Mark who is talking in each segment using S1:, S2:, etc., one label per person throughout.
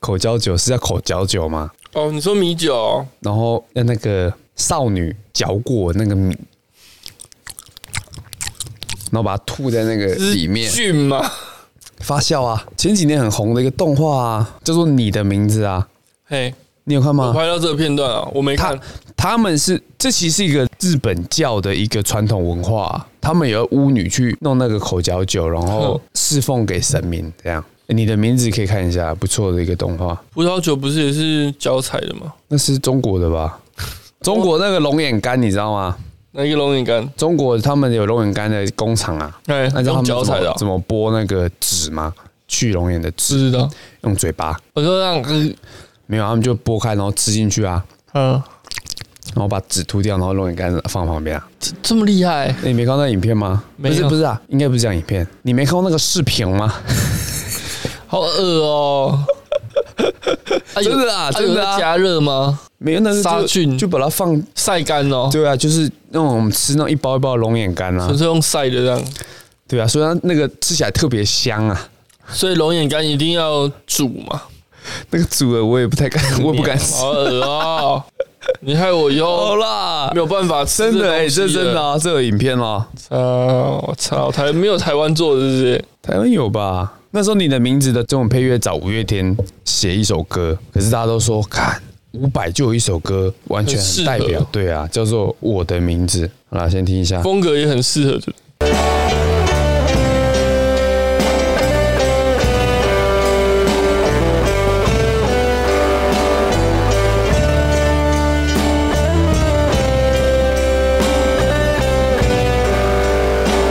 S1: 口交酒是叫口嚼酒吗？
S2: 哦，你说米酒，
S1: 然后呃那个少女嚼过那个米，然后把它吐在那个
S2: 这是
S3: 里面
S2: 菌吗？
S1: 发酵啊。前几年很红的一个动画啊，叫做《你的名字》啊，
S2: 嘿，
S1: 你有看
S2: 我
S1: 吗？
S2: 拍到这个片段啊，我没看
S1: 他。他们是这其实是一个日本教的一个传统文化啊、他们有巫女去弄那个口嚼酒，然后
S2: 哼
S1: 侍奉给神明这样。你的名字可以看一下，不错的一个动画。
S2: 葡萄酒不是也是脚踩的吗？
S1: 那是中国的吧？中国那个龙眼干你知道吗？
S2: 那一个龙眼干，
S1: 中国他们有龙眼干的工厂啊，
S2: 哎，
S1: 那你知道他
S2: 用
S1: 们
S2: 脚
S1: 怎
S2: 踩的
S1: 么
S2: 啊，
S1: 怎么剥那个纸吗？去龙眼的
S2: 不
S1: 纸，
S2: 知道。
S1: 用嘴巴
S2: 我就让，嗯
S1: 没有，他们就剥开，然后吃进去啊，
S2: 嗯，
S1: 然后把纸吐掉，然后龙眼干放旁边啊。
S2: 这这么厉害，
S1: 那你没看到那影片吗？
S2: 没
S1: 不
S2: 有
S1: 是不是啊，应该不是这样影片。你没看过那个视频吗？
S2: 好恶哦。啊 有
S1: 真的啊
S2: 啊有
S1: 真的啊
S2: 在加热吗？
S1: 没有，那是就
S2: 杀菌
S1: 就把它放。
S2: 晒干哦，
S1: 对啊，就是那种我们吃那种一包一包的龙眼干啊
S2: 纯，粹用晒的这样。
S1: 对啊，所以它那个吃起来特别香啊。
S2: 所以龙眼干一定要煮嘛，
S1: 那个组合我也不太敢，我也不敢吃。
S2: 好恶 哦！你害我以
S1: 好
S2: 后
S1: 啦，
S2: 没有办法吃
S1: 哦真的哎、
S2: 哎，
S1: 这真的
S2: 啊！
S1: 啊，这有影片哦。
S2: 呃我操，台没有台湾做的是不是？
S1: 台湾有吧？那时候你的名字的中文配乐找五月天写一首歌，可是大家都说看伍佰就有一首歌完全很哦代
S2: 很适
S1: 表
S2: 合，
S1: 对啊，叫做《我的名字》。好啦，先听一下。
S2: 风格也很适合，就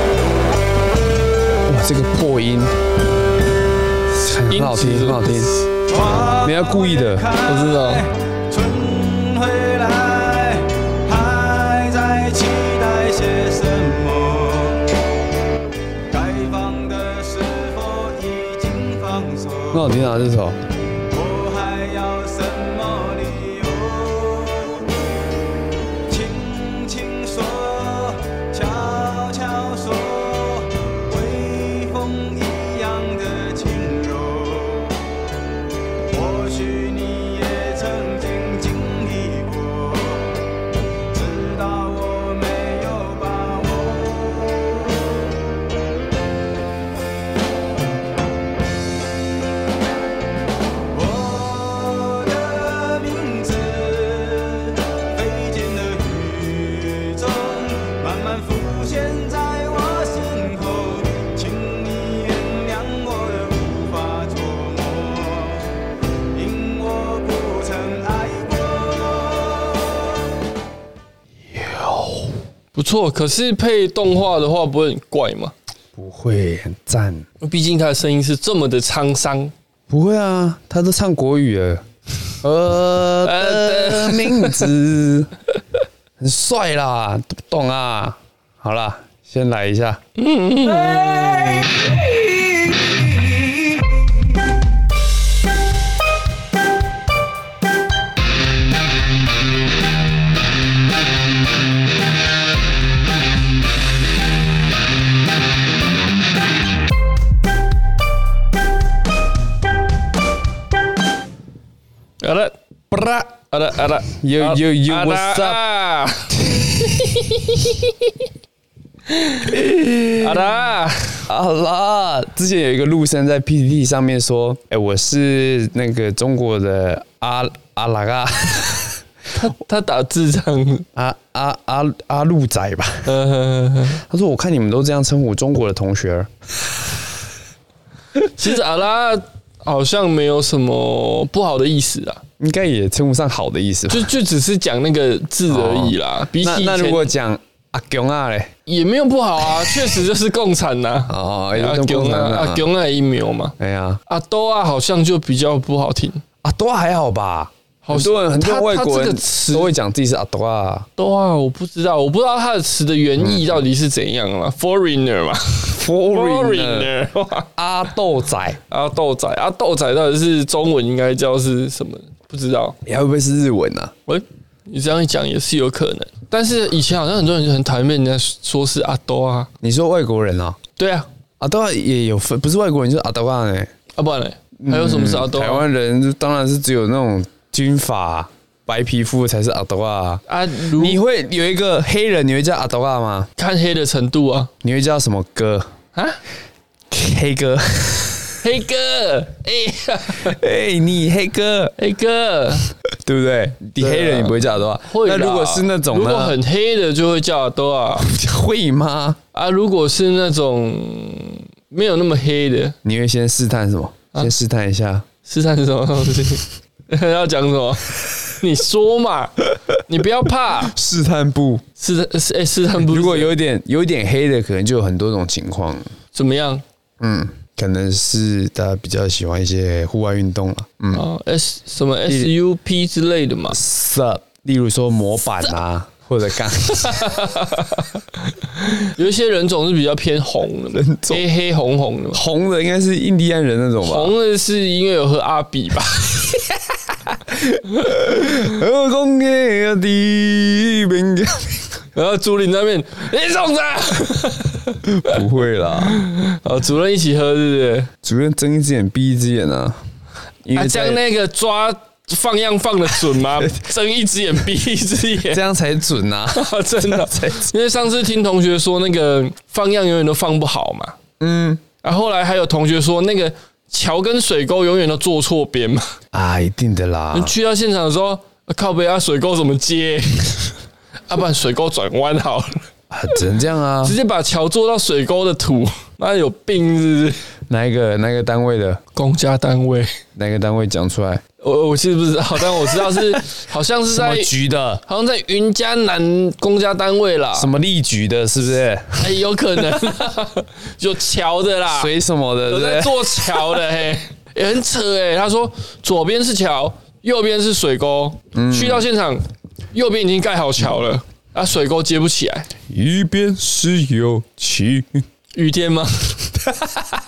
S1: 哇，这个破音很好听，很好听，人家故意的。
S2: 我知道。
S4: 春回来，还在期待些什么？该放的是否已经放手？
S1: 很好听啊，这首。
S4: 我还要什么理由？轻轻说，悄悄说，微风一样的轻柔。或许你也曾经经历过，直到我没有把握。我的名字飞进了雨中，慢慢浮现在我心头，请你原谅我的无法琢磨，因我不曾爱过。
S2: 不错，可是配动画的话不会很怪嘛？
S1: 不会，很赞。
S2: 毕竟他的声音是这么的沧桑。
S1: 不会啊，他都唱国语了。 我的名字很帅啦，懂不懂啊？好啦，先来一下。
S2: 好了，不啦，好了，好了，
S1: Uh, Yo, yo, yo,
S2: Ah,
S1: what's up？
S2: up？好 啦，
S1: 啊啦！之前有一个陆生在 PPT 上面说：“哎、我是那个中国的阿阿拉嘎
S2: 他他打智障，
S1: 阿阿阿阿陆仔吧
S2: 呃，？”
S1: 他说：“我看你们都这样称呼中国的同学儿，
S2: 其实阿拉好像没有什么不好的意思啊，
S1: 应该也称不上好的意思吧
S2: 就就只是讲那个字而已啦。比
S1: 那
S2: 起以
S1: 哦那
S2: 前
S1: 如果讲阿强啊嘞，
S2: 也没有不好啊，确实就是共产呐、
S1: 哦，也
S2: 阿
S1: 跟
S2: 强
S1: 共产
S2: 啊，
S1: 党
S2: 阿
S1: 啊，
S2: 强啊，一秒嘛，
S1: 哎呀，
S2: 阿多啊，好像就比较不好听。
S1: 阿多啊还好吧？
S2: 好
S1: 很多人很多
S2: 他
S1: 外国
S2: 他这
S1: 人
S2: 个词
S1: 都会讲自己是阿多啊
S2: 多啊，我不知道，我不知道它的词的原意
S1: 嗯
S2: 到底是怎样了。Foreigner 嘛
S1: ，foreigner
S2: 哇
S1: 阿豆仔，
S2: 阿豆仔，阿豆仔到底是中文应该叫是什么？不知道。
S1: 你还会不会是日文啊？
S2: 喂，你这样一讲也是有可能，但是以前好像很多人就很讨厌被人家说是阿豆啊。
S1: 你说外国人啊？
S2: 对啊，
S1: 阿多也有分，不是外国人就是阿多啊嘞。
S2: 啊不然嘞，还有什么是阿斗
S1: 台湾人就当然是只有那种金发白皮肤才是阿斗啊。
S2: 啊？如
S1: 你会有一个黑人，你会叫阿斗啊吗？
S2: 看黑的程度啊
S1: 你会叫什么哥？
S2: 啊，
S1: 黑哥？
S2: 黑哥，哎、
S1: 哎、你黑哥，
S2: 黑哥，
S1: 对不对？你黑人你不会叫阿斗啊？
S2: 会啦。
S1: 那如果是那种
S2: 如果
S1: 呢？
S2: 很黑的就会叫阿多啊
S1: 会吗？
S2: 啊，如果是那种没有那么黑的，
S1: 你会先试探什么？先试探一下。
S2: 试探是什么东西？ 要讲什 么？你说嘛，你不要怕。
S1: 试探部，
S2: 试探是哎，试探不是
S1: 如果有一点有一点黑的，可能就有很多种情况。
S2: 怎么样
S1: 嗯，可能是大家比较喜欢一些户外运动了。嗯
S2: 哦 s 什么 SUP 之类的嘛，
S1: ，sub，例如说模板啊，或者杠。
S2: 有一些人种是比较偏红的嘛，
S1: 种
S2: 黑黑红红的嘛。
S1: 红的应该是印第安人那种吧？
S2: 红的是因为有喝阿比 吧？
S1: 呃，公的地名
S2: 然后竹林那边，你种的，
S1: 不会啦，
S2: 哦，主任一起喝是不是？
S1: 主任睁一只眼闭一只眼啊，因
S2: 啊，
S1: 为
S2: 这
S1: 在
S2: 样那个抓放样放的准 吗？睁一只眼闭一只眼，
S1: 这样才准 啊。
S2: 真的。因为上次听同学说那个放样永远都放不好嘛，
S1: 嗯
S2: 然、后后来还有同学说那个桥跟水沟永远都坐错边嘛。
S1: 啊，一定的啦。
S2: 去到现场的时候，啊靠北啊，水沟怎么接？ 啊，不然水沟转弯好了，
S1: 啊，只能这样啊
S2: 直。接把桥做到水沟的土，那有病是不是？
S1: 哪一个哪一个单位的
S2: 公家单位，
S1: 哪一个单位讲出来？
S2: 我我是不知道，但我知道是 好像是在
S1: 局的？
S2: 好像在云嘉南公家单位啦，
S1: 什么立局的？是不是？
S2: 哎、有 可能有桥的啦，
S1: 水什么的？对
S2: 有
S1: 不
S2: 在
S1: 对？
S2: 做桥的嘿、也很扯哎、他说左边是桥，右边是水沟，
S1: 嗯
S2: 去到现场，右边已经盖好桥了，啊，水沟接不起来，
S1: 一边是友情，
S2: 雨天吗？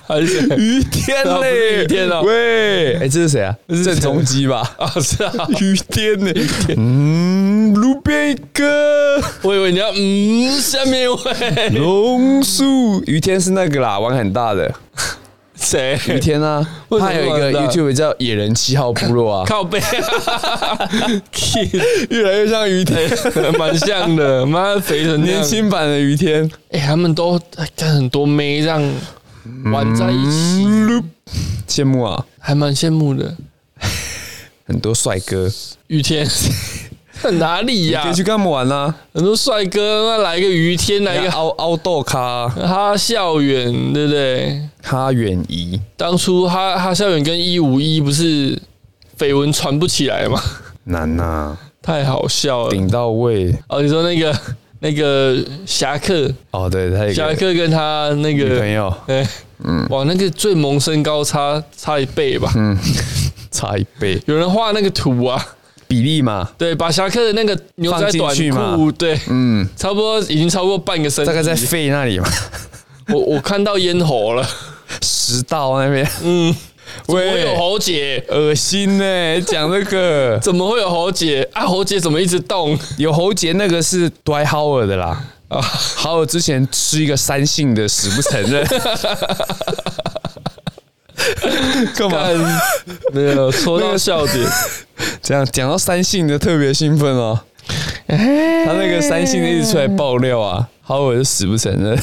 S2: 还是谁
S1: 雨天
S2: 啊啊不是
S1: 嘞，
S2: 雨天啊
S1: 喂，哎，这是谁啊？郑中基吧？
S2: 啊？是啊，
S1: 雨天呢？嗯，路边一个
S2: 我以为你要嗯，下面一位
S1: 榕树，雨天是那个啦，玩很大的
S2: 谁？
S1: 雨天啊，
S2: 为什么
S1: 他有一个
S2: 玩很大
S1: YouTube 叫《野人七号部 落》啊，
S2: 靠背、啊，
S1: 越来越像雨天，
S2: 蛮像的，妈肥成那 样
S1: 年轻版的雨天。
S2: 哎、他们都跟很多妹这样
S1: 嗯
S2: 玩在一起，
S1: 羡慕啊，
S2: 还蛮羡慕的。
S1: 很多帅哥，
S2: 雨 天，哪里呀、
S1: 可以去跟他们玩啊啦、
S2: 很多帅哥，那来一个雨天，来一个
S1: 凹凹豆咖、
S2: 哈校园，对不对？
S1: 哈远仪，
S2: 当初哈哈校园跟一五一不是绯闻传不起来 吗？
S1: 难呐、啊，
S2: 太好笑了。
S1: 顶到位
S2: 哦，你说那个那个侠客，
S1: 哦，对他有一
S2: 侠
S1: 个
S2: 客跟他那
S1: 女朋
S2: 个，
S1: 友嗯
S2: 哎，哇，那个最萌身高差差一倍吧？
S1: 差一倍
S2: 有人画那个图啊，
S1: 比例嘛，
S2: 对，把侠客的那个牛仔
S1: 放
S2: 短
S1: 进去嘛
S2: 裤，对，
S1: 嗯，
S2: 差不多已经超过半个身体，
S1: 大概在肺那里嘛，
S2: 我我看到咽喉了，
S1: 食道那边，
S2: 嗯，我
S1: 喂
S2: 有喉结。
S1: 恶心呢、讲这个
S2: 怎么会有喉结啊？喉结怎么一直动
S1: 有喉结那个是 d w i g h o w a r 的啦。
S2: 啊？
S1: 好，我之前吃一个三性的，死不承 认。干嘛？
S2: 没有戳到笑点，
S1: 这样讲到三性的特别兴奋哦。他那个三性的一直出来爆料啊，好，我就死不承 认。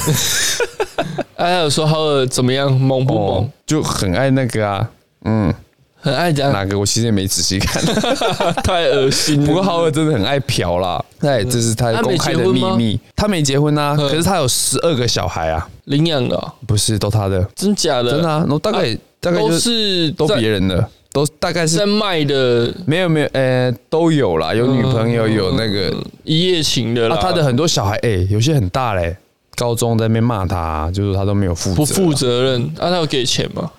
S2: 哎、啊，有说好尔怎么样？萌不萌？
S1: 哦，就很爱那个啊，嗯，
S2: 很爱讲，
S1: 哪个我其实也没仔细 看，
S2: 太恶心了。
S1: 不过浩尔真的很爱嫖啦，哎，这是他
S2: 他没
S1: 公开的
S2: 结婚
S1: 秘
S2: 吗
S1: 密。他没结婚啊，
S2: 嗯
S1: 可是他有十二个小孩啊，
S2: 领养的哦、
S1: 不是都他的，
S2: 真假的？
S1: 真的啊，我大概大概
S2: 都
S1: 就是
S2: 是
S1: 都
S2: 在
S1: 别人的，都大概是
S2: 在卖的
S1: 没有没有，呃，都有啦，有女朋友，
S2: 嗯
S1: 有那个
S2: 一夜情的啦。
S1: 啊，他的很多小孩，哎，有些很大嘞，高中在那边骂他，啊就是他都没有负责，
S2: 不负，责任，啊，他有给钱吗？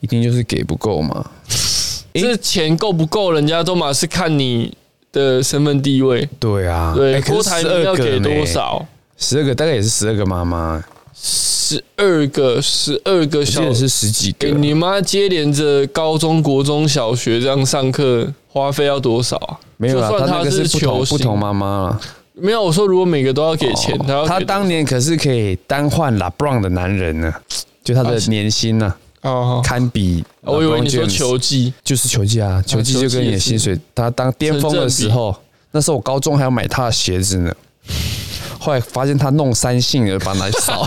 S1: 一定就是给不够嘛。诶
S2: 这钱够不够，人家都嘛是看你的身份地位。
S1: 对啊，
S2: 对，
S1: 哎
S2: 郭台铭要给多？少？
S1: 十二个大概也是十二个妈妈，
S2: 十二个，十二个
S1: 我记
S2: 小
S1: 得
S2: 时。
S1: 是十几
S2: 欸
S1: 个。
S2: 你妈接连着高中、国中小学这样上课，花费要多少啊？
S1: 没有啦，
S2: 就
S1: 他
S2: 算
S1: 那个是不同
S2: 球
S1: 不
S2: 星
S1: 同妈妈啊。
S2: 没有，我说如果每个都要给钱，他要
S1: 他
S2: 给
S1: 啊当年可是可以单换啊 LeBron 的男人呢、就他的年薪呢、
S2: 哦，
S1: 堪比
S2: 我以为你说
S1: LeBron James
S2: 球技，
S1: 就是球技啊，球技就跟你的薪水，他当巅峰的时候，那时候我高中还要买他的鞋子 呢，后来发现他弄三性了，把它 扫。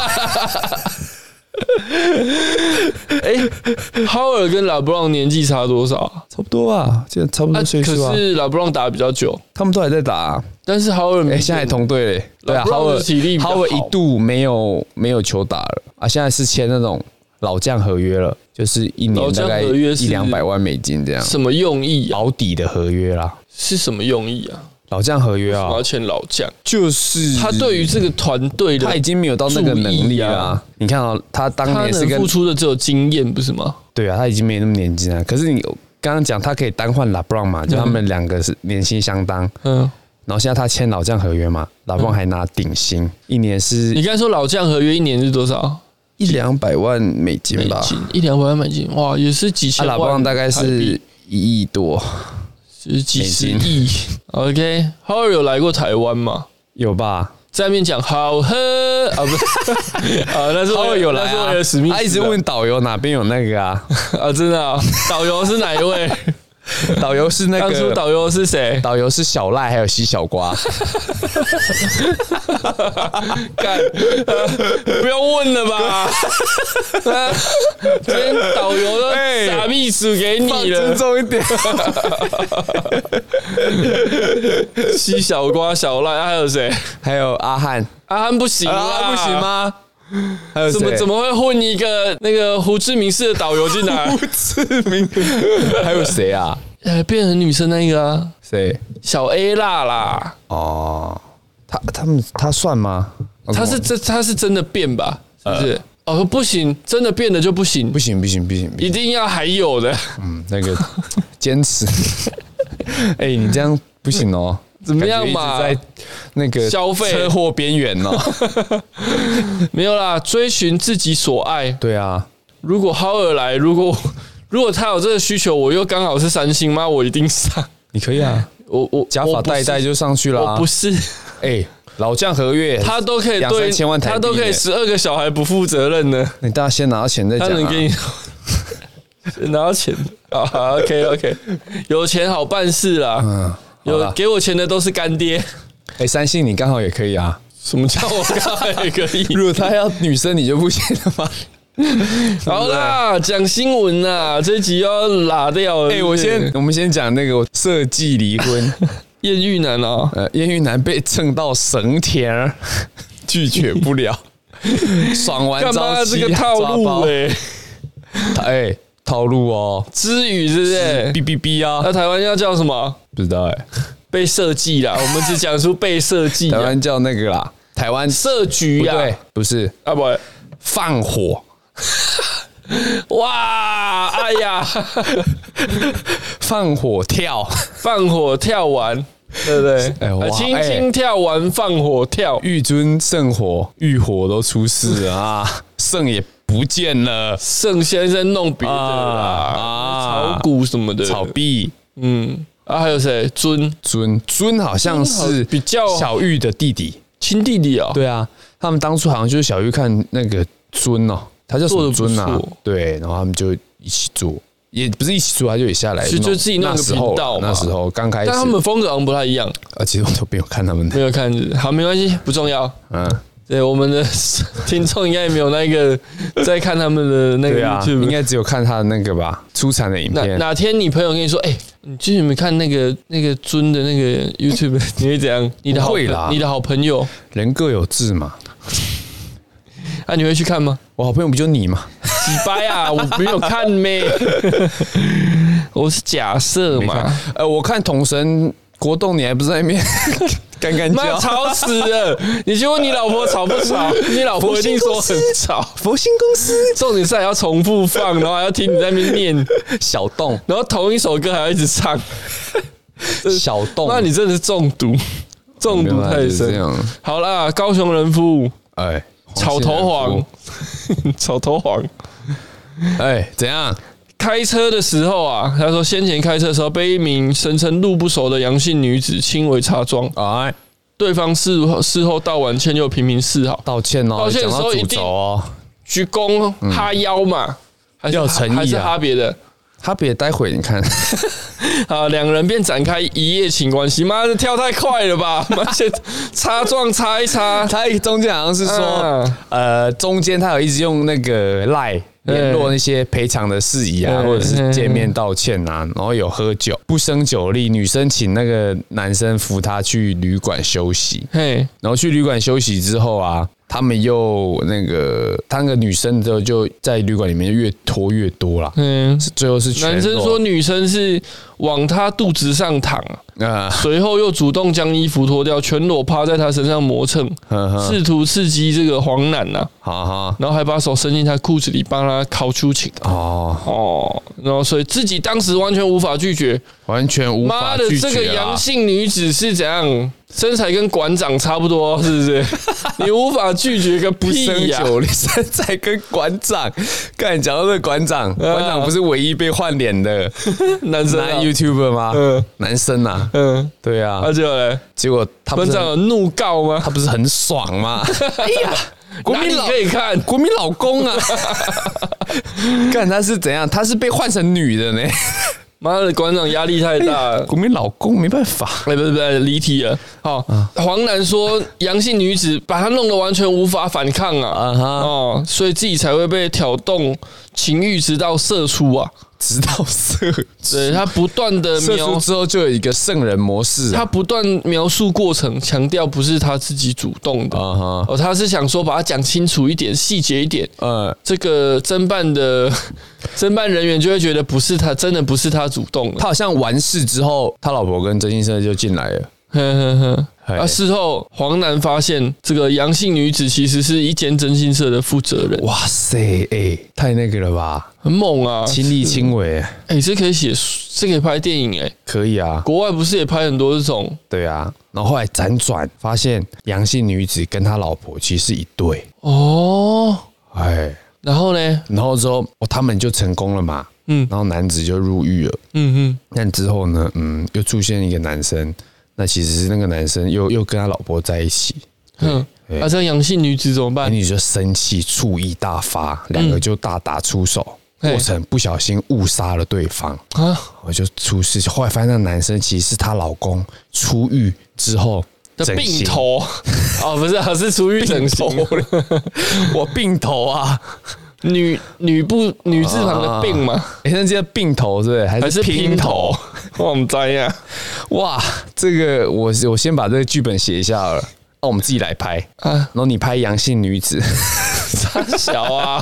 S2: 哈尔跟拉布朗年纪差多少啊？
S1: 差不多吧，这差不
S2: 啊
S1: 多岁数啊
S2: 可，是拉布朗打比较久，
S1: 他们都还在打、啊，
S2: 但是哈尔
S1: 哎、现在还同队嘞，对啊，
S2: LeBron
S1: 哈
S2: 的
S1: 维
S2: 体力比
S1: 哈
S2: 较好
S1: 维一度没有没有球打了啊，现在是签那种老将合约了，就是一
S2: 老
S1: 年
S2: 将
S1: 大概
S2: 合约
S1: 一
S2: 是
S1: 两百万美金这样，
S2: 什么用意啊？
S1: 保底的合约啦，
S2: 是什么用意啊？
S1: 老将合约啊
S2: 我，要签老将，
S1: 就是
S2: 他对于这个团队的
S1: 他已经没有到那个能力
S2: 注
S1: 啦、
S2: 意啊
S1: 你看啊，他当
S2: 他
S1: 年是
S2: 能
S1: 跟
S2: 付出的只有经验，不是吗？
S1: 对啊，他已经没那么年轻了。可是你刚刚讲他可以单换拉布朗嘛，就他们两个是年薪相当。
S2: 嗯，
S1: 然后现在他签老将合约嘛，拉布朗还拿顶薪，一年是
S2: 你刚才说老将合约一年是多少？
S1: 一两百万美金
S2: 美
S1: 吧。
S2: 金一两百万美金，哇，也是几
S1: 啊，
S2: 千
S1: 拉
S2: 万，
S1: 布朗大概是一亿多，
S2: 是几十
S1: 美
S2: 亿。OK，哈尔有来过台湾吗？
S1: 有吧？
S2: 在面讲好喝啊，不是 啊，那是
S1: 他
S2: 我
S1: 会有来
S2: 那是
S1: 啊
S2: 我的史密斯啊，
S1: 他一直问导游哪边有那个啊，
S2: 啊，真的啊，导游是哪一位？
S1: 导游是 那
S2: 当初
S1: 个。
S2: 导游是谁？
S1: 导游是小赖，还有西小瓜，
S2: 干，呃不要问了 吧。呃今天导游 都
S1: 哎
S2: 傻秘书给
S1: 放
S2: 你
S1: 尊
S2: 了，
S1: 重一点。
S2: 西小瓜、小赖，啊还有谁？
S1: 还有阿汉，
S2: 阿汉不行
S1: 啊
S2: 啊，
S1: 不行？吗？还有
S2: 怎么
S1: 谁
S2: 怎么会混一个那个胡志明市的导游进来？
S1: 志明，还有谁啊？
S2: 呃，变成女生那个啊，
S1: 谁？
S2: 小 A 啦啦，
S1: 哦，他他们他算吗？
S2: 她是真她是真的变吧？是不是？哦，不行，真的变了就不行
S1: 呃不，行不行不行，不
S2: 一
S1: 行
S2: 定要还 有的，
S1: 嗯，那个坚 持。哎、你这样不行哦。
S2: 怎么样嘛
S1: 感觉一直在那个
S2: 消费
S1: 车祸边缘 哦。
S2: 没有啦，追寻自己所爱。
S1: 对啊，
S2: 如果浩尔来，如果 如果他有这个需求，我又刚好是三星妈，我一定上。
S1: 你可以啊，
S2: 我我
S1: 假发戴一戴，就上去了、
S2: 我
S1: 啊
S2: 不。是我不是，
S1: 哎、老将合约，
S2: 他都可以
S1: 两
S2: 对
S1: 三千万台币
S2: 他都可以
S1: 耶
S2: 十二个小孩不负责任呢。
S1: 你大家先拿到钱再
S2: 他
S1: 讲、
S2: 能
S1: 啊。
S2: 给你 拿到钱啊？OK OK，有钱好办事啦。
S1: 嗯，好
S2: 有
S1: 了。
S2: 给我钱的都是干爹。
S1: 哎、三星你刚好也可以 啊。
S2: 什么叫我刚好也可以？
S1: 如果他要女生，你就不行了吗？
S2: 好啦，讲新闻啦，这一集要拉掉了。
S1: 哎、
S2: 是不
S1: 我
S2: 是
S1: 先我们先讲那个设计离婚，
S2: 艳遇男哦，
S1: 呃，燕玉男被蹭到绳田儿， 拒绝不了， 爽完
S2: 干嘛
S1: 招
S2: 这
S1: 妻
S2: 个套路哎、
S1: 哎、哎套路哦，
S2: 知语是不是？
S1: 哔哔哔
S2: 那、
S1: 啊，
S2: 台湾要叫什么？
S1: 不知道
S2: 欸
S1: 哎、
S2: 被设计啦，我们只讲出被设计
S1: 台
S2: 啊，
S1: 湾叫那个啦，台湾
S2: 设局
S1: 不
S2: 呀、
S1: 对，不是
S2: 啊不，
S1: 放火，
S2: 哇，哎呀，
S1: 放火跳，
S2: 放火跳完，对不对？
S1: 哎哇
S2: 啊轻
S1: 哎
S2: 轻跳完放火跳，
S1: 玉尊圣火，玉火都出事了 啊，圣也不见了，
S2: 盛先生弄别的
S1: 啊
S2: 啦，
S1: 啊
S2: 炒股什么的，
S1: 草币。
S2: 嗯啊，还有谁？尊
S1: 尊尊好像
S2: 尊
S1: 是
S2: 好比较
S1: 小玉的弟弟，
S2: 亲弟弟哦，
S1: 对啊，他们当初好像就是小玉看那个尊哦，他叫什么尊
S2: 做得
S1: 啊
S2: 不错？
S1: 对，然后他们就一起做，也不是一起做，他就也下来
S2: 是
S1: 弄，
S2: 就自己弄个
S1: 那时候
S2: 频道嘛
S1: 那时候刚开始，
S2: 但他们风格好像不太一样，
S1: 啊，其实我都没有看他们
S2: 没
S1: 的，
S2: 有看，好，没关系，不重要。
S1: 嗯，
S2: 对，我们的 听众应该也没有那个在看他们的那个
S1: 对啊，应
S2: YouTube。
S1: 该只有看他的那个吧，出产的影
S2: 哪
S1: 片，
S2: 哪天你朋友跟你说，哎、你最近有没有看那个那个尊的那个 YouTube？你 会怎样？你的好
S1: 不会啦
S2: 朋你的好朋友，
S1: 人各有志嘛。
S2: 啊，你会去看吗？
S1: 我好朋友不就 你嘛？
S2: 几掰啊！我没有看咩，我是假设嘛。
S1: 呃，我看统神国栋，你还不是在那边 干干
S2: 妈
S1: 叫？
S2: 吵死了！你去问你老婆吵不 吵？你老婆一定说很吵。
S1: 佛心公司
S2: 重点是还要重复放，然后还要听你在那边念，
S1: 小洞，
S2: 然后同一首歌还要一直唱。
S1: 哦小洞，
S2: 那你真的是中毒，中毒太
S1: 没办法就是这
S2: 深。
S1: 样，
S2: 好啦，高雄人夫
S1: 哎，
S2: 草头
S1: 黄
S2: 黄， 草头黄
S1: 姓人夫，哎，怎样？
S2: 开车的时候啊，他说先前开车的时候被一名声称路不熟的阳性女子轻微擦撞，
S1: 哎。
S2: 对方事后事后道完歉又频频示好，
S1: 道歉哦，
S2: 道歉的
S1: 讲
S2: 时候
S1: 到
S2: 一
S1: 主
S2: 定
S1: 轴哦，
S2: 鞠躬哈腰嘛，还是
S1: 要有诚意啊
S2: 还是哈别的？
S1: 他别待会你看，
S2: 啊，两个人便展开一夜情关系。妈的，跳太快了吧！ 妈的，擦撞擦一 擦，
S1: 他中间好像是说
S2: 嗯，
S1: 呃，中间他有一直用那个赖联络那些赔偿的事宜啊，
S2: 嗯
S1: 或者是见面道歉啊，然后有喝酒，不胜酒力，女生请那个男生扶她去旅馆休息，
S2: 嘿，
S1: 然后去旅馆休息之后啊，他们又那个，他那个女生就就在旅馆里面越拖越多啦，
S2: 嗯，
S1: 最后是全
S2: 男生
S1: 裸
S2: 说，女生是往他肚子上躺，
S1: 呃，
S2: 随后又主动将衣服脱掉，全裸趴在他身上磨蹭，
S1: 呵呵，
S2: 试图刺激这个黄男呐、啊
S1: 好哈，
S2: 然后还把手伸进他裤子里帮他烤出情。
S1: 哦，
S2: 哦，然后所以自己当时完全无法拒绝。
S1: 完全无
S2: 妈
S1: 法
S2: 的，
S1: 拒
S2: 这个
S1: 绝啊
S2: 阳！性女子是怎样？身材跟馆长差不多，是不 是？你无法拒绝个
S1: 不
S2: 屁
S1: 胜
S2: 呀、
S1: 酒力，身材跟馆长，干讲到这个馆长，馆长不是唯一被换脸 的
S2: 男生、
S1: 男
S2: 啊啊，
S1: YouTuber 吗？
S2: 嗯
S1: 男生啊，
S2: 嗯，
S1: 对啊
S2: 而，且嘞，
S1: 结果他不
S2: 馆
S1: 是
S2: 长有怒告吗
S1: 他？不是很爽 吗？哎呀， 国
S2: 哪
S1: 民
S2: 里
S1: 老
S2: 可以看？
S1: 国民老公 啊，看他是怎样，他是被换成女的呢。
S2: 妈的，馆长压力太大了。
S1: 国民老公没办法，
S2: 哎，不是不是，离题了。好，
S1: 啊
S2: 黄楠说阳性女子把她弄得完全无法反抗啊
S1: 啊哈
S2: 哦，所以自己才会被挑动情欲，直到射出啊。
S1: 直到射出
S2: 对他不断的
S1: 射出
S2: 描，
S1: 之后就有一个圣人模式
S2: 他
S1: 啊，
S2: 不断描述过程，强调不是他自己主动的，
S1: 啊哈，
S2: 哦，他是想说把它讲清楚一点，细节一点。
S1: 呃，
S2: 这个侦办的 侦办人员就会觉得不是他，真的不是他主动的。
S1: 他好像完事之后，他老婆跟真心社就进来了。
S2: 呵呵呵。
S1: 哎
S2: 啊，事后黄楠发现，这个阳性女子其实是一间征信社的负责人，
S1: 哇塞，哎、太那个了吧，
S2: 很猛啊！
S1: 亲力亲为，啊
S2: 哎、这可以写书，这可以拍电影哎、
S1: 可以啊，
S2: 国外不是也拍很多这种
S1: 对啊。然后后来辗转发现，阳性女子跟他老婆其实是一对，
S2: 哦？
S1: 哎，
S2: 然后呢？
S1: 然后之后、哦、他们就成功了嘛，
S2: 嗯
S1: 然后男子就入狱了。
S2: 嗯
S1: 但之后呢，嗯，又出现一个男生，那其实是那个男生又又跟他老婆在一起，
S2: 嗯
S1: 对
S2: 哼，啊，这样阳性女子怎么
S1: 那
S2: 办？
S1: 你就生气，醋意大发，两个就大打出手，
S2: 嗯嘿
S1: 过程不小心误杀了对方。
S2: 啊，
S1: 我就出事，后来发现那男生其实是她老公出狱之后
S2: 的
S1: 整
S2: 病
S1: 形，
S2: 头 哦，不是、啊，是出于整形，
S1: 我病头啊！
S2: 女女不女字旁的病嘛，
S1: 哎、那叫病头是不是？还
S2: 还是
S1: 拼
S2: 啊拼头？我啊们在呀，
S1: 哇，这个我我先把这个剧本写一下好了，那我们自己来拍。
S2: 啊，
S1: 然后你拍阳性女子，
S2: 傻小啊，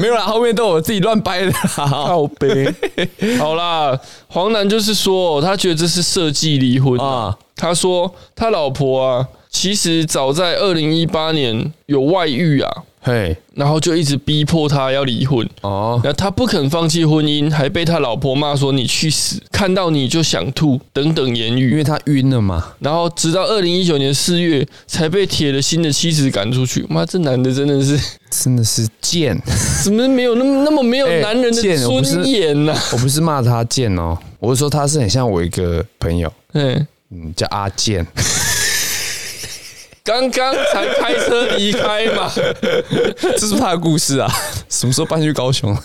S1: 没有啦，后面都我自己乱掰 的啦。
S2: 好悲。 好啦，黄楠就是说，他觉得这是设计离婚啊
S1: 啊。
S2: 他说他老婆啊，其实早在二零一八年有外遇啊，
S1: 嘿，
S2: 然后就一直逼迫他要离婚。
S1: 哦，
S2: 那他不肯放弃婚姻，还被他老婆骂说“你去死”，看到你就想吐等等言
S1: 因
S2: 语。
S1: 为他晕了嘛，
S2: 然后直到二零一九年四月，才被铁了心的妻子赶出去。妈，这男的真 的是
S1: 真的是 贱。
S2: 怎么没有那么那么没有
S1: 哎
S2: 男人的
S1: 贱我不是
S2: 尊严啊呐、
S1: 我不是骂他贱哦，我是说他是很像我一个朋友，
S2: 嗯，
S1: 嗯，叫阿健。
S2: 刚刚才开车离开 嘛，
S1: 这是他的故事啊， 什么时候搬去高雄？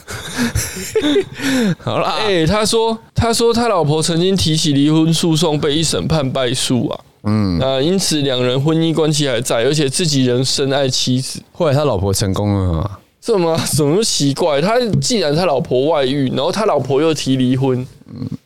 S1: 好啦，
S2: 哎、他说，他说他老婆曾经提起离婚诉讼，被一审判败诉啊。嗯，啊，因此两人婚姻关系还在，而且自己人深爱妻子。
S1: 后来他老婆成功了嘛？
S2: 这么 怎么奇怪？他既然他老婆外遇，然后他老婆又提离婚，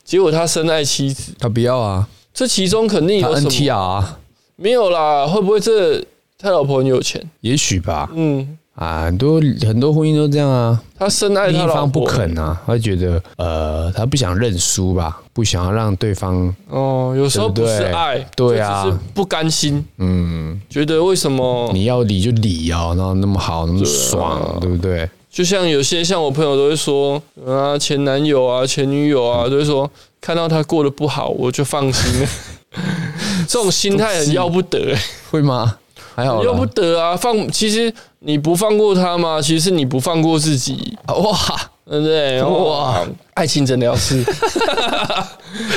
S2: 结果他深爱妻子，
S1: 他不要啊，
S2: 这其中肯定
S1: 他
S2: 有什么？
S1: NTR 啊
S2: 没有啦，会不会这他老婆很有钱？
S1: 也许吧。
S2: 嗯，
S1: 啊，很多很多婚姻都这样啊，
S2: 他深爱
S1: 另
S2: 他
S1: 一
S2: 老婆
S1: 方不肯啊，他觉得呃，他不想认输吧，不想要让对方
S2: 哦，有时候不是
S1: 对不对
S2: 爱，
S1: 对啊
S2: 就只是不甘心，
S1: 嗯，
S2: 觉得为什么？
S1: 你要理就理哦，然后那么好，那么爽，哦对不啊对？
S2: 就像有些像我朋友都会说啊，前男友啊，前女友啊，都会说看到他过得不好，我就放心了。 这种心态很要不得、欸
S1: 会吗？还好啦，
S2: 要不得啊，放其实你不放过他吗？其实是你不放过自己，
S1: 哇，
S2: 对不对？
S1: 哦
S2: 哇，爱情诊疗室，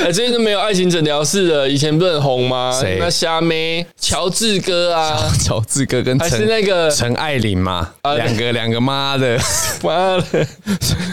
S2: 哎，最近都没有爱情诊疗室了，以前不是很红吗？
S1: 谁
S2: 那虾妹、乔治哥啊，
S1: 乔治哥跟
S2: 还是
S1: 陈
S2: 那个
S1: 陈爱玲嘛，
S2: 啊
S1: 两个两个妈的，
S2: 完了，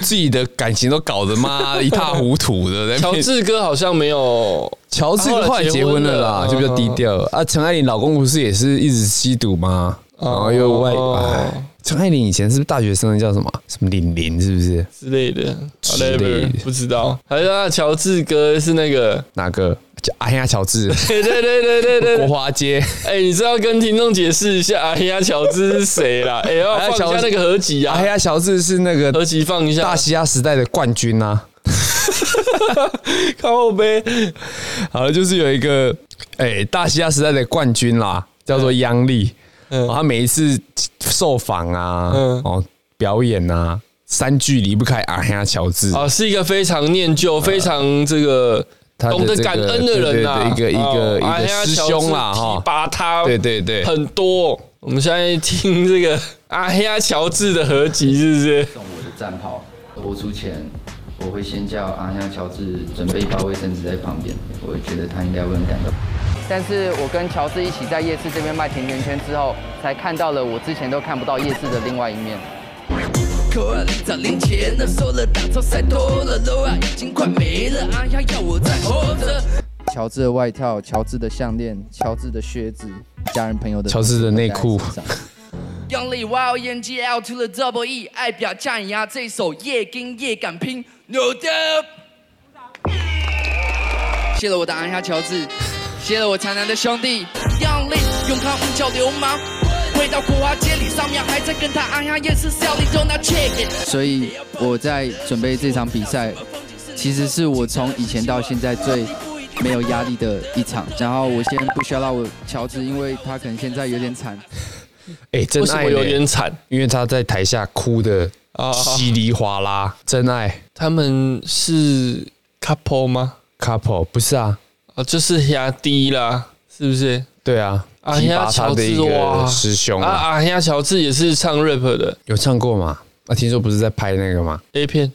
S1: 自己的感情都搞得妈一塌糊涂的。在那
S2: 乔
S1: 边
S2: 治哥好像没有
S1: 乔治后来结婚了啦，
S2: 后来结
S1: 就
S2: 婚
S1: 比
S2: 了嗯
S1: 较低调了啊。陈爱玲老公不是也是一直吸毒吗？然后又外
S2: 哦
S1: 哎，陈爱玲以前是不是大学生叫什么什么玲玲是不是？
S2: 之类的
S1: 之类的
S2: ，whatever，不知道。还有那乔治哥是那个，
S1: 哪个？叫哎呀，乔 治
S2: 对对对对对对
S1: 国华街。
S2: 哎、你知道跟听众解释一下哎呀，乔治是谁啦？哎、要
S1: 哎呀
S2: 放一
S1: 乔
S2: 下
S1: 治
S2: 那个合集啊，
S1: 哎呀，乔治是那 个
S2: 合集放一下。
S1: 大西亚时代的冠军啊。
S2: 靠呗，
S1: 好了，就是有一个哎、大西亚时代的冠军啦，叫做央丽。
S2: 哎嗯
S1: 哦他每一次受访啊，
S2: 嗯
S1: 哦，表演啊，三句离不开阿黑亚乔治，
S2: 啊，是一个非常念旧、非常这个
S1: 呃他的
S2: 懂得感恩的人呐、
S1: 这个对对对一个一个
S2: 哦
S1: 一个
S2: 哎呀
S1: 师兄啦
S2: 乔治
S1: 哈
S2: 提拔他，
S1: 对对对，
S2: 很多。我们现在听这 个阿黑亚乔治的合集，是不是？
S3: 送我的战袍。播出前，我会先叫阿香乔治准备一包卫生纸在旁边，我觉得他应该会很感动。但是我跟乔治一起在夜市这边卖甜甜圈之后，才看到了我之前都看不到夜市的另外一面。
S5: 口啊，早零钱了，收了，打错塞多了，楼啊已经快没了，啊呀，要我再活着。
S3: 乔治的外套、乔治的项链、乔治的靴子，家人朋友的
S1: 乔治的内裤
S3: 都带在身上
S5: 用力 Y O N G L to the double E，爱表降压这首夜跟夜敢拼，牛的。谢了我的安夏乔治，谢了我长南的兄弟，用力永康五角流氓。回到国华街里，上面还在跟他哎安夏夜市笑，你都拿 check it。
S3: 所以我在准备这场比赛，其实是我从以前到现在最没有压力的一场。然后我先不需要让我乔治，因为他可能现在有点惨。
S1: 哎、真
S2: 为什
S1: 爱
S2: 么
S1: 呢
S2: 有点惨？
S1: 因为他在台下哭的
S2: 啊
S1: 稀里哗啦，真爱
S2: 他们是 couple 吗？
S1: couple 不是啊，
S2: 啊，就是亚迪啦，是不是？
S1: 对啊，
S2: 啊
S1: 提拔他的一
S2: 人家乔治
S1: 个
S2: 哇
S1: 师兄
S2: 啊
S1: 啊，
S2: 啊，亚乔治也是唱 rap 的
S1: 有唱过吗？啊，听说不是在拍那个吗？
S2: A 片，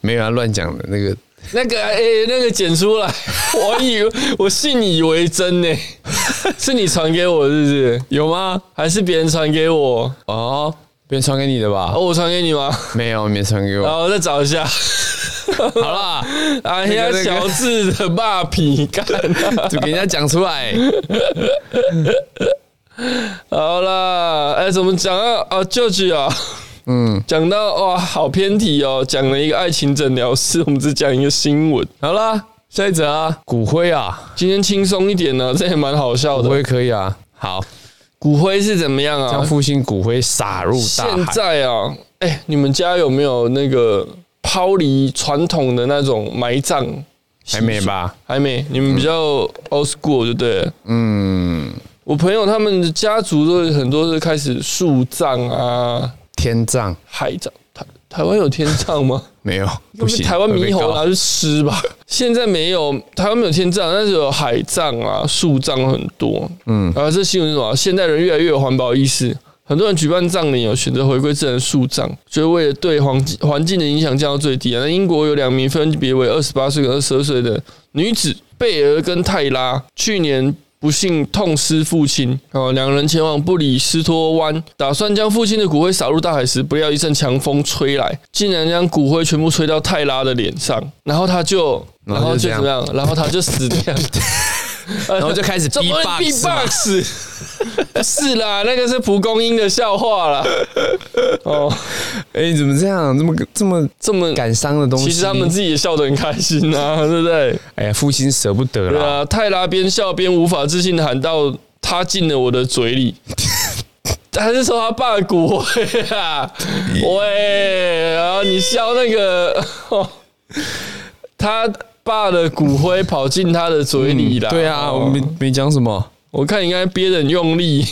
S1: 没有啊，乱讲的那个
S2: 那个哎、那个剪出来， 我以为我信以为真呢， 是你传给我是不是？
S1: 有吗？
S2: 还是别人传给我？
S1: 哦，别人传给你的吧？
S2: 哦，我哦传给你吗？
S1: 没有，没传给
S2: 然
S1: 我。
S2: 后再找一下。
S1: 好啦，
S2: 啊，
S1: 那
S2: 亚
S1: 个
S2: 乔治的霸皮干啊、
S1: 就给人家讲出来。
S2: 好啦，哎、怎么讲啊？啊，舅舅啊，嗯，讲到哇，好偏题哦，讲了一个爱情诊疗室，我们只讲一个新闻。
S1: 好啦，下一则啊，骨灰啊，
S2: 今天轻松一点呢、这也蛮好笑
S1: 骨
S2: 的。
S1: 灰可以啊。好，
S2: 骨灰是怎么样啊
S1: 将？父亲骨灰撒入大
S2: 现
S1: 海。
S2: 在啊，哎、你们家有没有那个抛离传统的那种埋葬？
S1: 还没嗯吧？
S2: 还没，你们比较 old school 就对了。嗯，我朋友他们的家族都很多是开始树葬啊、
S1: 天葬
S2: 海葬。台台湾有天 葬吗？
S1: 没有，不行。
S2: 台湾猕猴拿
S1: 了，
S2: 去吃吧。现在没有，台湾没有天葬，但是有海葬啊、树葬很多。嗯，啊，这新闻是什么？现代人越来越有环保意识，很多人举办葬礼有哦选择回归自然树葬，所以为了对环境环境的影响降到最低啊。那英国有两名分别为二十八岁跟二十二岁的女子贝尔跟泰拉，去年。不幸痛失父亲，哦，两人前往布里斯托湾，打算将父亲的骨灰撒入大海时，不料一阵强风吹来，竟然将骨灰全部吹到泰拉的脸上，然后他就，然
S1: 然后
S2: 后
S1: 就
S2: 就
S1: 这样
S2: 怎么样？然后他就死掉，然
S1: 然后就开始
S2: 怎么
S1: beatbox 嘛
S2: B-box？不 是啦，那个是蒲公英的笑话啦。哦，
S1: 哎、你怎么这样？这么这么
S2: 这么
S1: 感伤的东西？
S2: 其实他们自己也笑得很开心啊， 对不对？
S1: 哎呀，父亲舍不得
S2: 对
S1: 啦。
S2: 啊，泰拉边笑边无法置信的喊到：“他进了我的嘴里。” 还是说他爸的骨灰 啊？喂，啊，你笑那个， 哦、他爸的骨灰跑进他的嘴里啦。
S1: 对啊，
S2: 哦
S1: 我没没讲什么。
S2: 我看应该憋得很用力。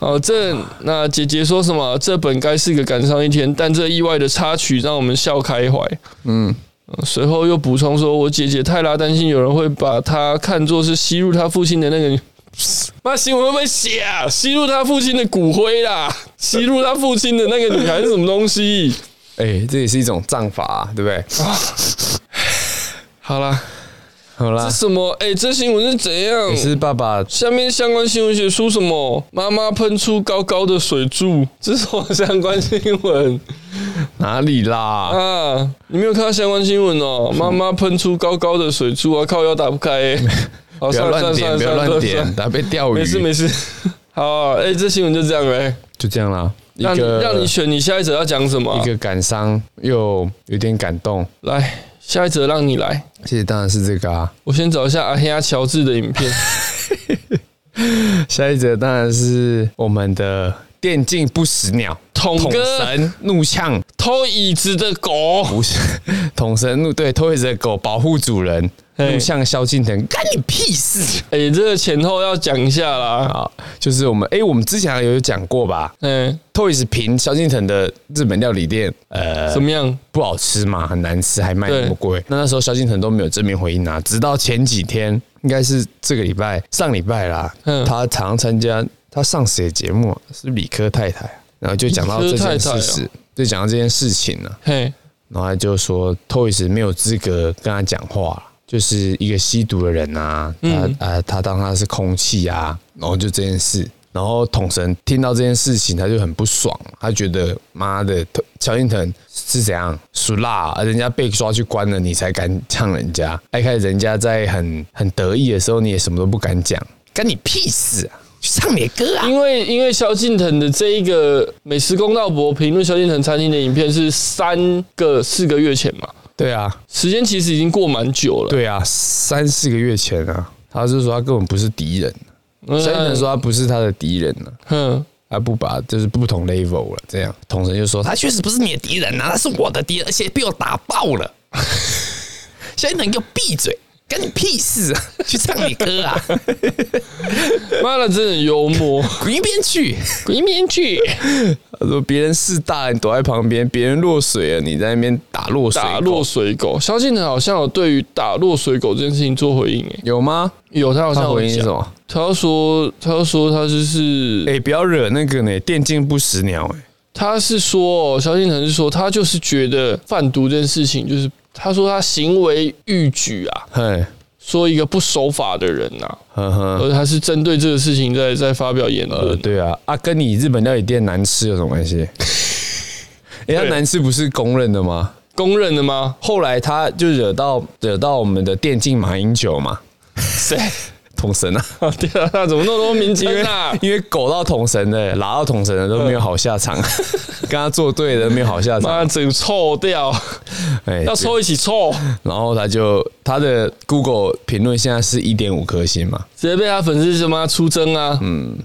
S2: 哦，这那姐姐说什么？这本该是个感伤一天，但这意外的插曲让我们笑开怀。嗯，随后又补充说，我姐姐泰拉担心有人会把她看作是吸入她父亲的那个妈新闻会不会写啊？吸入他父亲的骨灰啦，吸入他父亲的那个女孩是什么东西？
S1: 哎、这也是一种葬法、啊，对不对？
S2: 好啦，
S1: 好啦
S2: 这，什么？哎、这新闻是怎样
S1: 你？是爸爸
S2: 下面相关新闻写出什么？妈妈喷出高高的水柱，这是我相关新闻
S1: 哪里啦？
S2: 啊！你没有看到相关新闻哦？妈妈喷出高高的水柱啊，靠腰打不开、 欸。好，
S1: 不
S2: 算
S1: 要
S2: 了算
S1: 乱点，
S2: 了算了
S1: 不要
S2: 算了
S1: 乱
S2: 算了
S1: 点，打被钓鱼。
S2: 没事没事。 好、啊，哎、这新闻就这样呗、
S1: 就这样啦。一
S2: 让你
S1: 个
S2: 让你选你下一则要讲什么啊、
S1: 一个感伤又有点感动，
S2: 来，下一则让你来。
S1: 其实当然是这个啊。
S2: 我先找一下阿黑阿乔治的 影片。
S1: 下一则当然是我们的电竞不死鸟
S2: 统哥
S1: 神怒呛，
S2: 偷椅子的狗，
S1: 不是 统神怒对偷一只狗保护主人，
S2: 嘿
S1: 怒呛萧敬腾，干你屁事！
S2: 哎、这个前后要讲一下啦。
S1: 啊，就是我们哎、我们之前有讲过吧
S2: 嗯、
S1: ？Toys 评萧敬腾的日本料理店，呃，
S2: 怎么样？
S1: 不好吃嘛，很难吃，还卖
S2: 对
S1: 那么贵。那那时候萧敬腾都没有正面回应啊，直到前几天，应该是这个礼拜、上礼拜啦，
S2: 嗯
S1: 他常参加他上谁的节目、啊？是理科太太，啊然后就讲到
S2: 理
S1: 这
S2: 科太
S1: 件
S2: 太哦
S1: 事实，就讲到这件事情啊了、
S2: 嘿，
S1: 然后他就说 Toys 没有资格跟他讲话，就是一个吸毒的人啊，他、
S2: 嗯
S1: 啊他当他是空气啊，然后就这件事。然后统神听到这件事情，他就很不爽，他觉得妈的，乔敬腾是怎样属辣、啊，人家被抓去关了，你才敢呛人家。哎，开始人家在很很得意的时候，你也什么都不敢讲，干你屁事啊！去唱你的歌啊！
S2: 因为因为萧敬腾的这一个美食公道博评论萧敬腾餐厅的影片是三个四个月前嘛，
S1: 对啊，
S2: 时间其实已经过蛮久了。
S1: 对啊，三四个月前啊，他就说他根本不是敌人，
S2: 嗯，
S1: 萧敬腾说他不是他的敌人呢、
S2: 哼，
S1: 他不把就是不同 level 了，这样统神就说他确实不是你的敌人啊，他是我的敌人，而且被我打爆 了。萧敬腾给我闭嘴，干你屁事 啊！去唱你歌啊，
S2: 妈的，真的很幽默，
S1: 滚一边去！
S2: 鬼面具
S1: 他说别人是大人躲在旁边，别人落水了，你在那边打落水，
S2: 打落 水狗。萧敬腾好像有对于打落水狗这件事情做回应、欸，
S1: 有吗？
S2: 有他好像
S1: 他
S2: 有
S1: 回应
S2: 讲
S1: 什么？
S2: 他要说，他要说他就是，
S1: 哎、不要惹那个呢，电竞不死鸟、哎，
S2: 他是说，哦萧敬腾是说，他就是觉得贩毒这件事情，就是他说他行为逾矩啊，
S1: 嘿，
S2: 说一个不守法的人呐、啊，
S1: 呵呵，
S2: 而他是针对这个事情在在发表言
S1: 呃，
S2: 论。
S1: 对啊，啊，跟你日本料理店难吃有什么关 系？哎、他难吃不是公认的吗？
S2: 公认的吗？
S1: 后来他就惹到惹到我们的电竞马英九嘛，
S2: 谁？
S1: 统神啊，
S2: 对啊，那怎么那么多名
S1: 因为
S2: 称啊？
S1: 因为狗到统神的，拉到统神的都没有好下场， 跟他作对的没有好下场，
S2: 嗯妈，整个臭掉，
S1: 哎，
S2: 要
S1: 对
S2: 凑一起臭，
S1: 然后他就他的 Google 评论现在是一点五颗星嘛，
S2: 直接被他粉丝他妈出征啊！嗯，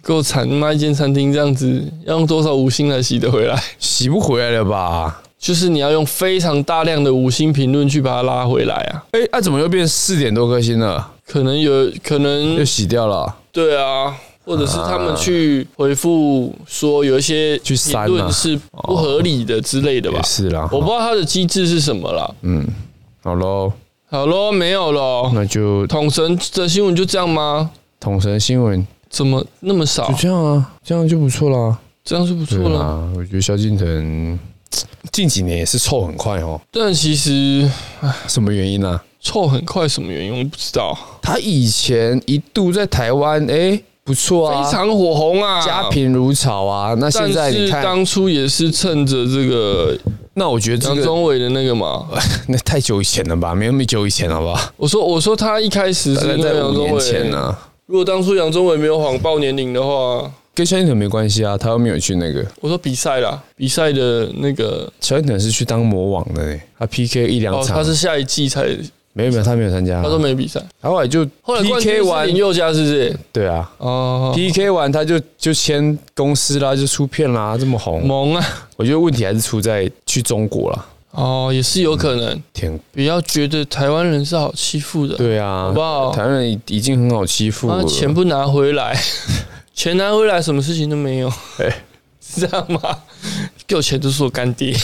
S2: 够惨，妈一间餐厅这样子，要用多少五星才洗得回来？
S1: 洗不回来了吧？
S2: 就是你要用非常大量的五星评论去把它拉回来啊。
S1: 哎、那、怎么又变四点多颗星了？
S2: 可能有可
S1: 又
S2: 能
S1: 洗掉了，
S2: 对啊，或者是他们去回复说有一些
S1: 去删啊
S2: 评论是不合理的之类的吧
S1: 也？是啦。
S2: 我不知道它的机制是什么啦。
S1: 好喽，
S2: 好咯，没有咯。
S1: 那就
S2: 统神的新闻就这样吗？
S1: 统神新闻
S2: 怎么那么少
S1: 就？这样啊，这样就不错啦。
S2: 这样是不错
S1: 对
S2: 了。
S1: 啊，我觉得萧敬腾近几年也是臭很快哦，
S2: 但其实
S1: 什么原因呢、啊？
S2: 臭很快，什么原因我不知道。
S1: 他以前一度在台湾，哎、不错啊，
S2: 非常火红啊，
S1: 家。贫如潮啊。那现在
S2: 但
S1: 你
S2: 是
S1: 看，
S2: 当初也是趁着这个
S1: 那我觉得这
S2: 杨
S1: 个
S2: 宗纬的那个嘛，
S1: 那太久以前了吧，没有那么久以前了吧？
S2: 我说我说他一开始
S1: 大
S2: 是
S1: 概
S2: 因为
S1: 在
S2: 杨
S1: 五
S2: 宗
S1: 年
S2: 纬
S1: 前啊呢、
S2: 如果当初杨宗纬没有谎报年龄的话，
S1: 跟萧敬腾没关系啊，他又没有去那个。
S2: 我说比赛啦，比赛的那个
S1: 萧敬腾是去当魔王的、欸，他 PK 一两
S2: 哦，
S1: 场，
S2: 他是下一季才，
S1: 没有没有，他没有参加、啊
S2: 他说没比赛，
S1: 他后来就
S2: 后来冠军
S1: PK
S2: 是
S1: 完
S2: 林，宥嘉是不是？
S1: 对啊
S2: 哦，
S1: ，PK 完他就就签公司啦，就出片啦，这么红，
S2: 萌啊，
S1: 我觉得问题还是出在去中国啦，
S2: 哦，也是有可能，
S1: 天
S2: 不要觉得台湾人是好欺负的，
S1: 嗯对啊，
S2: 好不好
S1: 台湾人已已经很好欺负
S2: 啊，
S1: 了，
S2: 钱不拿回来， 钱拿回来什么事情都没有，
S1: 哎
S2: 是这样吗？给我钱都是我干爹，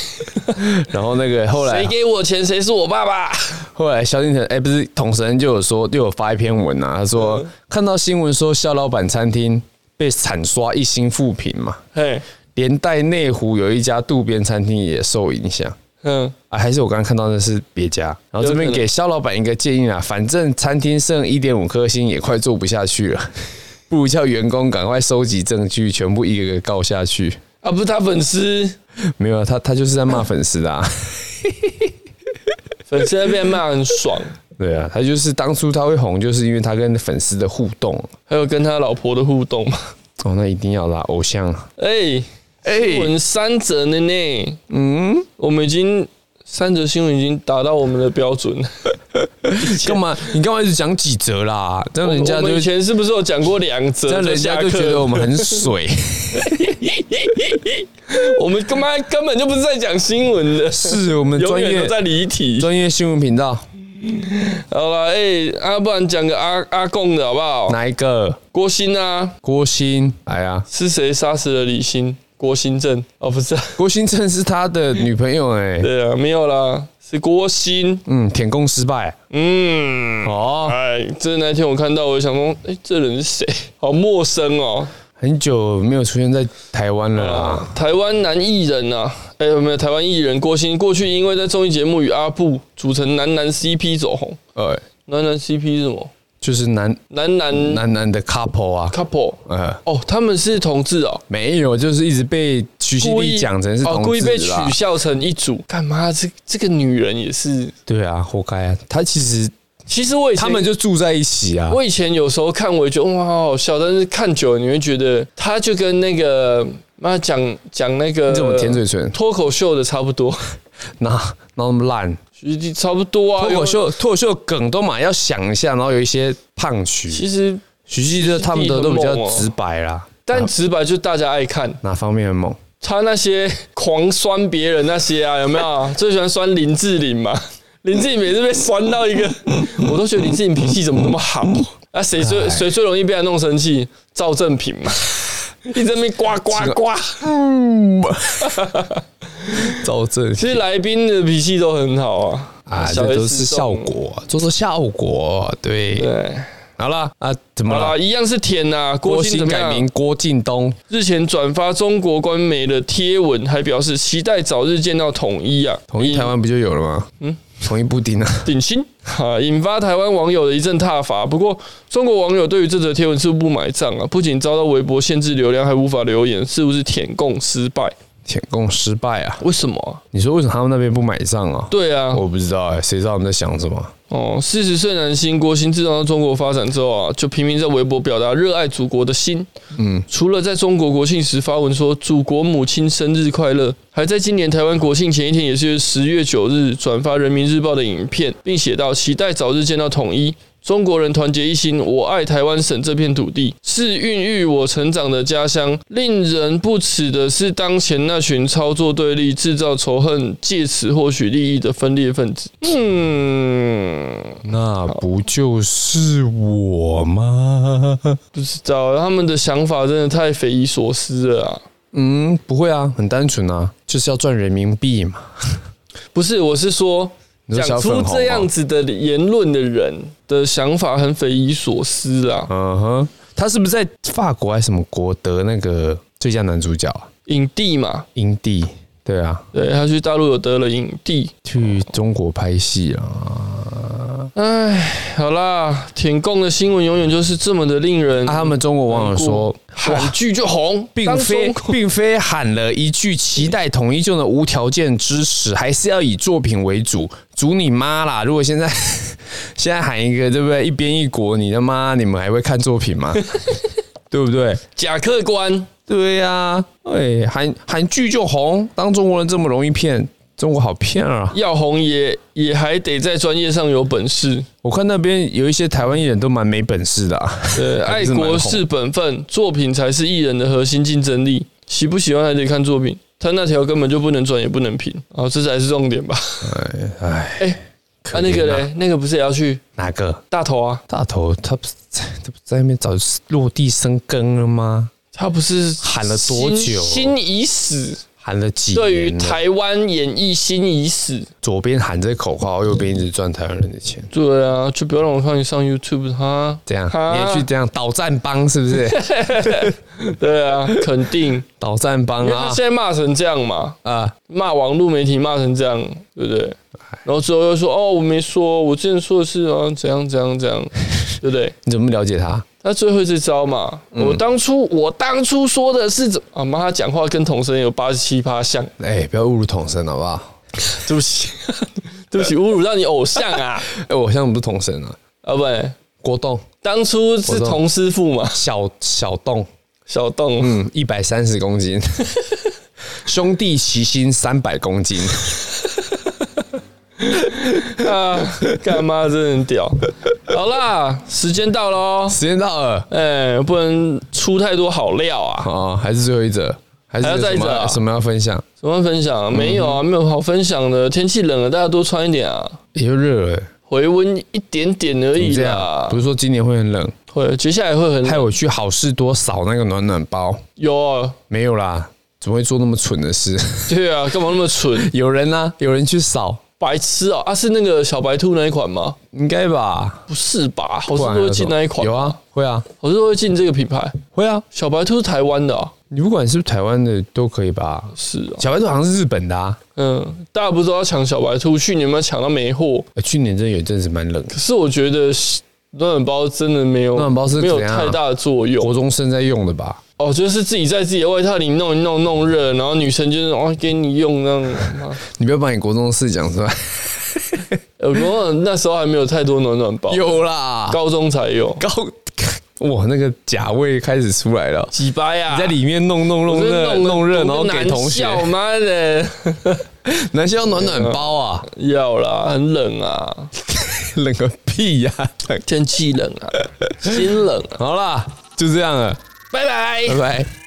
S1: 然后那个后来啊
S2: 谁给我钱谁是我爸爸，
S1: 后来萧敬腾，哎、不是统神就有说，就有发一篇文啊，他说、看到新闻说肖老板餐厅被惨刷一星负评嘛，
S2: 嘿，
S1: 连带内湖有一家渡边餐厅也受影响。
S2: 嗯，
S1: 啊，还是我刚刚看到的是别家，然后这
S2: 有可
S1: 边
S2: 能
S1: 给肖老板一个建议啊，反正餐厅剩一点五颗星也快做不下去了， 不如叫员工赶快收集证据，全部一个个告下去。
S2: 啊，不是他粉丝，
S1: 没有啊，他他就是在骂粉丝的、啊，
S2: 粉丝在被骂很爽，
S1: 对啊，他就是当初他会红，就是因为他跟粉丝的互动
S2: 还有跟他老婆的互动嘛。
S1: 哦，那一定要啦，偶像啊
S2: 哎、
S1: 哎、
S2: 新闻三折了呢。嗯，我们已经三折新闻已经达到我们的标准了。
S1: 干嘛？你干嘛一直讲几折啦？这样人家
S2: 我
S1: 就
S2: 们以前是不是有讲过两折？
S1: 这样人家就觉得我们很水，
S2: 我们他妈根本就不是在讲新闻的，
S1: 是我们
S2: 永
S1: 专
S2: 远都
S1: 业
S2: 在离题。
S1: 专业新闻频道
S2: 好了，哎、啊，不然讲个阿阿贡的好不好？
S1: 哪一个？
S2: 郭鑫啊，
S1: 郭鑫，哎呀，
S2: 是谁杀死了李鑫？郭鑫正哦，不是啊、
S1: 郭鑫正是他的女朋友哎、
S2: 对啊，没有啦，是郭鑫。
S1: 嗯，舔共失败
S2: 嗯，
S1: 哦，
S2: 哎，这那天我看到，我就想说，哎、这人是谁？好陌生哦。
S1: 很久没有出现在台湾了啦。
S2: 台湾男艺人啊，哎、有没有台湾艺人郭鑫？过去因为在综艺节目与阿布组成男男 CP 走红。
S1: 呃，
S2: 男男 CP 是什么？
S1: 就是男
S2: 男男
S1: 男男的 couple 啊，
S2: couple
S1: 呃，
S2: 哦，他们是同志哦，
S1: 没有，就是一直被徐熙娣
S2: 故意
S1: 讲成是
S2: 哦，
S1: 同
S2: 故意被
S1: 志
S2: 取
S1: 啦。
S2: 笑成一组。干嘛？这这个女人也是。
S1: 对啊，活该啊。他其实
S2: 其实我以前
S1: 他们就住在一起啊。
S2: 我以前有时候看，我也觉得哇好好笑，但是看久了你会觉得，他就跟那个妈讲讲那个
S1: 你怎么舔嘴唇？
S2: 脱口秀的差不多，
S1: 那那么烂，哎
S2: 其实差不多啊。
S1: 脱口秀脱口秀梗都嘛要想一下，然后有一些胖曲。
S2: 其实，
S1: 徐熙娣哦的他们的都比较直白啦，
S2: 但直白就大家爱看
S1: 哪方面很猛？
S2: 他那些狂酸别人那些啊，有没有？ 最喜欢酸林志玲嘛？ 林志玲每次被酸到一个， 我都觉得林志玲脾气怎么那么好？ 啊，谁最谁最容易被他弄生气？赵正平嘛， 一直在那边呱呱呱。
S1: 赵正
S2: 其实来宾的脾气都很好啊，
S1: 啊，
S2: 小
S1: 这
S2: S
S1: 都是效果，做做效果。
S2: 这
S1: 对，
S2: 种。对，
S1: 好啦，啊，怎么
S2: 好啦，
S1: 了？
S2: 一样是舔呐、
S1: 郭
S2: 郭鑫
S1: 鑫
S2: 怎么
S1: 改
S2: 样
S1: 名郭敬东，
S2: 日前转发中国官媒的贴文，还表示期待早日见到统一啊，
S1: 统一台湾不就有了吗？嗯，统一布丁啊，
S2: 顶新啊，引发台湾网友的一阵挞伐。不过，中国网友对于这则贴文是不买账啊，不仅遭到微博限制流量，还无法留言，是不是舔共失败？
S1: 舔共失败啊！
S2: 为什么、啊？
S1: 你说为什么他们那边不买账啊？
S2: 对啊，
S1: 我不知道哎，谁知道他们在想什么？
S2: 哦，四十岁男星郭鑫自从到中国发展之后啊，就频频在微博表达热爱祖国的心。嗯，除了在中国国庆时发文说“祖国母亲生日快乐”，还在今年台湾国庆前一天，也是十月九日转发《人民日报》的影片，并写道：“期待早日见到统一。”中国人团结一心，我爱台湾省这片土地，是孕育我成长的家乡。令人不齿的是，当前那群操作对立、制造仇恨、借此获取利益的分裂分子。嗯，
S1: 那不就是我吗？
S2: 不知道，他们的想法真的太匪夷所思了啊！
S1: 嗯，不会啊，很单纯啊，就是要赚人民币嘛。
S2: 不是，我是说，
S1: 你说
S2: 讲
S1: 小粉
S2: 出
S1: 红哦
S2: 这样
S1: 吗
S2: 子的言论的人的想法很匪夷所思啦。
S1: 嗯哼，他是不是在法国还是什么国得那个最佳男主角啊？
S2: 影帝嘛，
S1: 影帝？对啊，
S2: 对他去大陆有得了影帝。
S1: 去中国拍戏啊。
S2: 唉，好啦，舔共的新闻永远就是这么的令人
S1: 啊，他们中国网友说，
S2: 喊剧就红，
S1: 并
S2: 当
S1: 非
S2: 中 国
S1: 并非喊了一句期待统一就能无条件支持，还是要以作品为主。主你妈啦！如果现在 现在喊一个，对不对？一边一国，你他妈你们还会看作品吗？ 对不对？
S2: 假客观。
S1: 对呀、哎，韩韩剧就红，当中国人这么容易骗，中国好骗啊！
S2: 要红也也还得在专业上有本事，
S1: 我看那边有一些台湾艺人都蛮没本事的、啊，
S2: 对，
S1: 还
S2: 爱
S1: 是蛮
S2: 国
S1: 红
S2: 是本分，作品才是艺人的核心竞争力。喜不喜欢还得看作品，他那条根本就不能转也不能评，哦，这才是重点吧？
S1: 哎，
S2: 哎、啊
S1: 可
S2: 那个
S1: 怜啊
S2: 嘞，那个不是也要去
S1: 哪个
S2: 大头啊？
S1: 大头他不是 在他不是在那边早就落地生根了吗？
S2: 他不是
S1: 喊了多久
S2: 心心已死，
S1: 喊了几
S2: 对于
S1: 年了
S2: 台湾演艺新已死，
S1: 左边喊这口号，右边一直赚台湾人的钱，
S2: 对啊，就不要让我看你上 YouTube 哈，
S1: 这样
S2: 哈
S1: 你也去这样倒战帮是不 是？
S2: 对啊，肯定，
S1: 倒战帮
S2: 因为他
S1: 啊
S2: 现在骂成这样嘛，
S1: 啊！
S2: 骂网络媒体骂成这样，对不对？然后之后又说哦，我没说，我之前说的是啊，怎样怎样怎样，对不对？
S1: 你怎么了解他？
S2: 他最会这招嘛，我当初我当初说的是怎啊？妈，他讲话跟童声有八十七趴像，
S1: 哎，不要侮辱童声好不好？
S2: 对不起， 对不起，侮辱到你偶像啊，
S1: 哎，我现在不是童声啊，
S2: 啊不对，
S1: 郭栋、
S2: 当初是童师傅嘛，
S1: 小小栋，
S2: 小栋，
S1: 嗯，一百三十公 斤，兄弟齐心三百公斤，
S2: 啊， 干妈真的很屌。好啦，时间到喽，
S1: 时间到了
S2: 哎、不能出太多好料啊。
S1: 啊，还是最后一则，还是
S2: 还要
S1: 有
S2: 再
S1: 什
S2: 一
S1: 么
S2: 则啊
S1: 什么要分享？
S2: 怎么分享、
S1: 嗯
S2: 没有啊，没有好分享的。天气冷了，大家多穿一点啊，
S1: 也就热了，
S2: 回温一点点而
S1: 你
S2: 已
S1: 这样
S2: 啦
S1: 不。是说今年会很冷，
S2: 会，接下来会很
S1: 害我去好事多扫那个暖暖包，
S2: 有啊，
S1: 没有啦，怎么会做那么蠢的事？ ？
S2: 对啊，干嘛那么蠢
S1: 有人啊，有人去扫，
S2: 白痴哦、啊！是那个小白兔那一款吗？
S1: 应该吧？
S2: 不哦是吧？好
S1: 不
S2: 事
S1: 然还
S2: 多
S1: 有
S2: 会进
S1: 什么
S2: 那一款，
S1: 有，啊，会啊，
S2: 好事多会进这个品牌。
S1: 会啊，
S2: 小白兔是台湾的、啊，
S1: 你不管是不是台湾的都可以吧？
S2: 是啊，
S1: 小白兔好像是日本的啊，
S2: 嗯，大家不是都要抢小白兔？去年有没有抢到没货？
S1: 呃去年真的有一阵子蛮冷的
S2: 可，是我觉得暖暖包真的没有，
S1: 暖暖包是
S2: 没有
S1: 怎样啊
S2: 太大的作用
S1: 国。中生在用的吧？
S2: 哦，就是自己在自己的外套里弄一弄弄热，然后女生就是哦给你用那样。妈
S1: 你不要把你国中的事讲出来，
S2: 呃，我那时候还没有啊太多暖暖包，
S1: 有啦，
S2: 哦高中才有
S1: 高， 哇，那个假味开始出来 了，
S2: 几百啊，
S1: 你在里面弄弄
S2: 我
S1: 弄
S2: 真的
S1: 热
S2: 弄得
S1: 弄热，然
S2: 弄得
S1: 后给
S2: 难
S1: 同学，
S2: 笑妈的，
S1: 男生要暖暖包啊，
S2: 要啦，很冷啊，
S1: 冷个屁呀！
S2: 天气冷啊，心冷啊，
S1: 好啦，就这样了，
S2: 拜拜
S1: 拜。拜。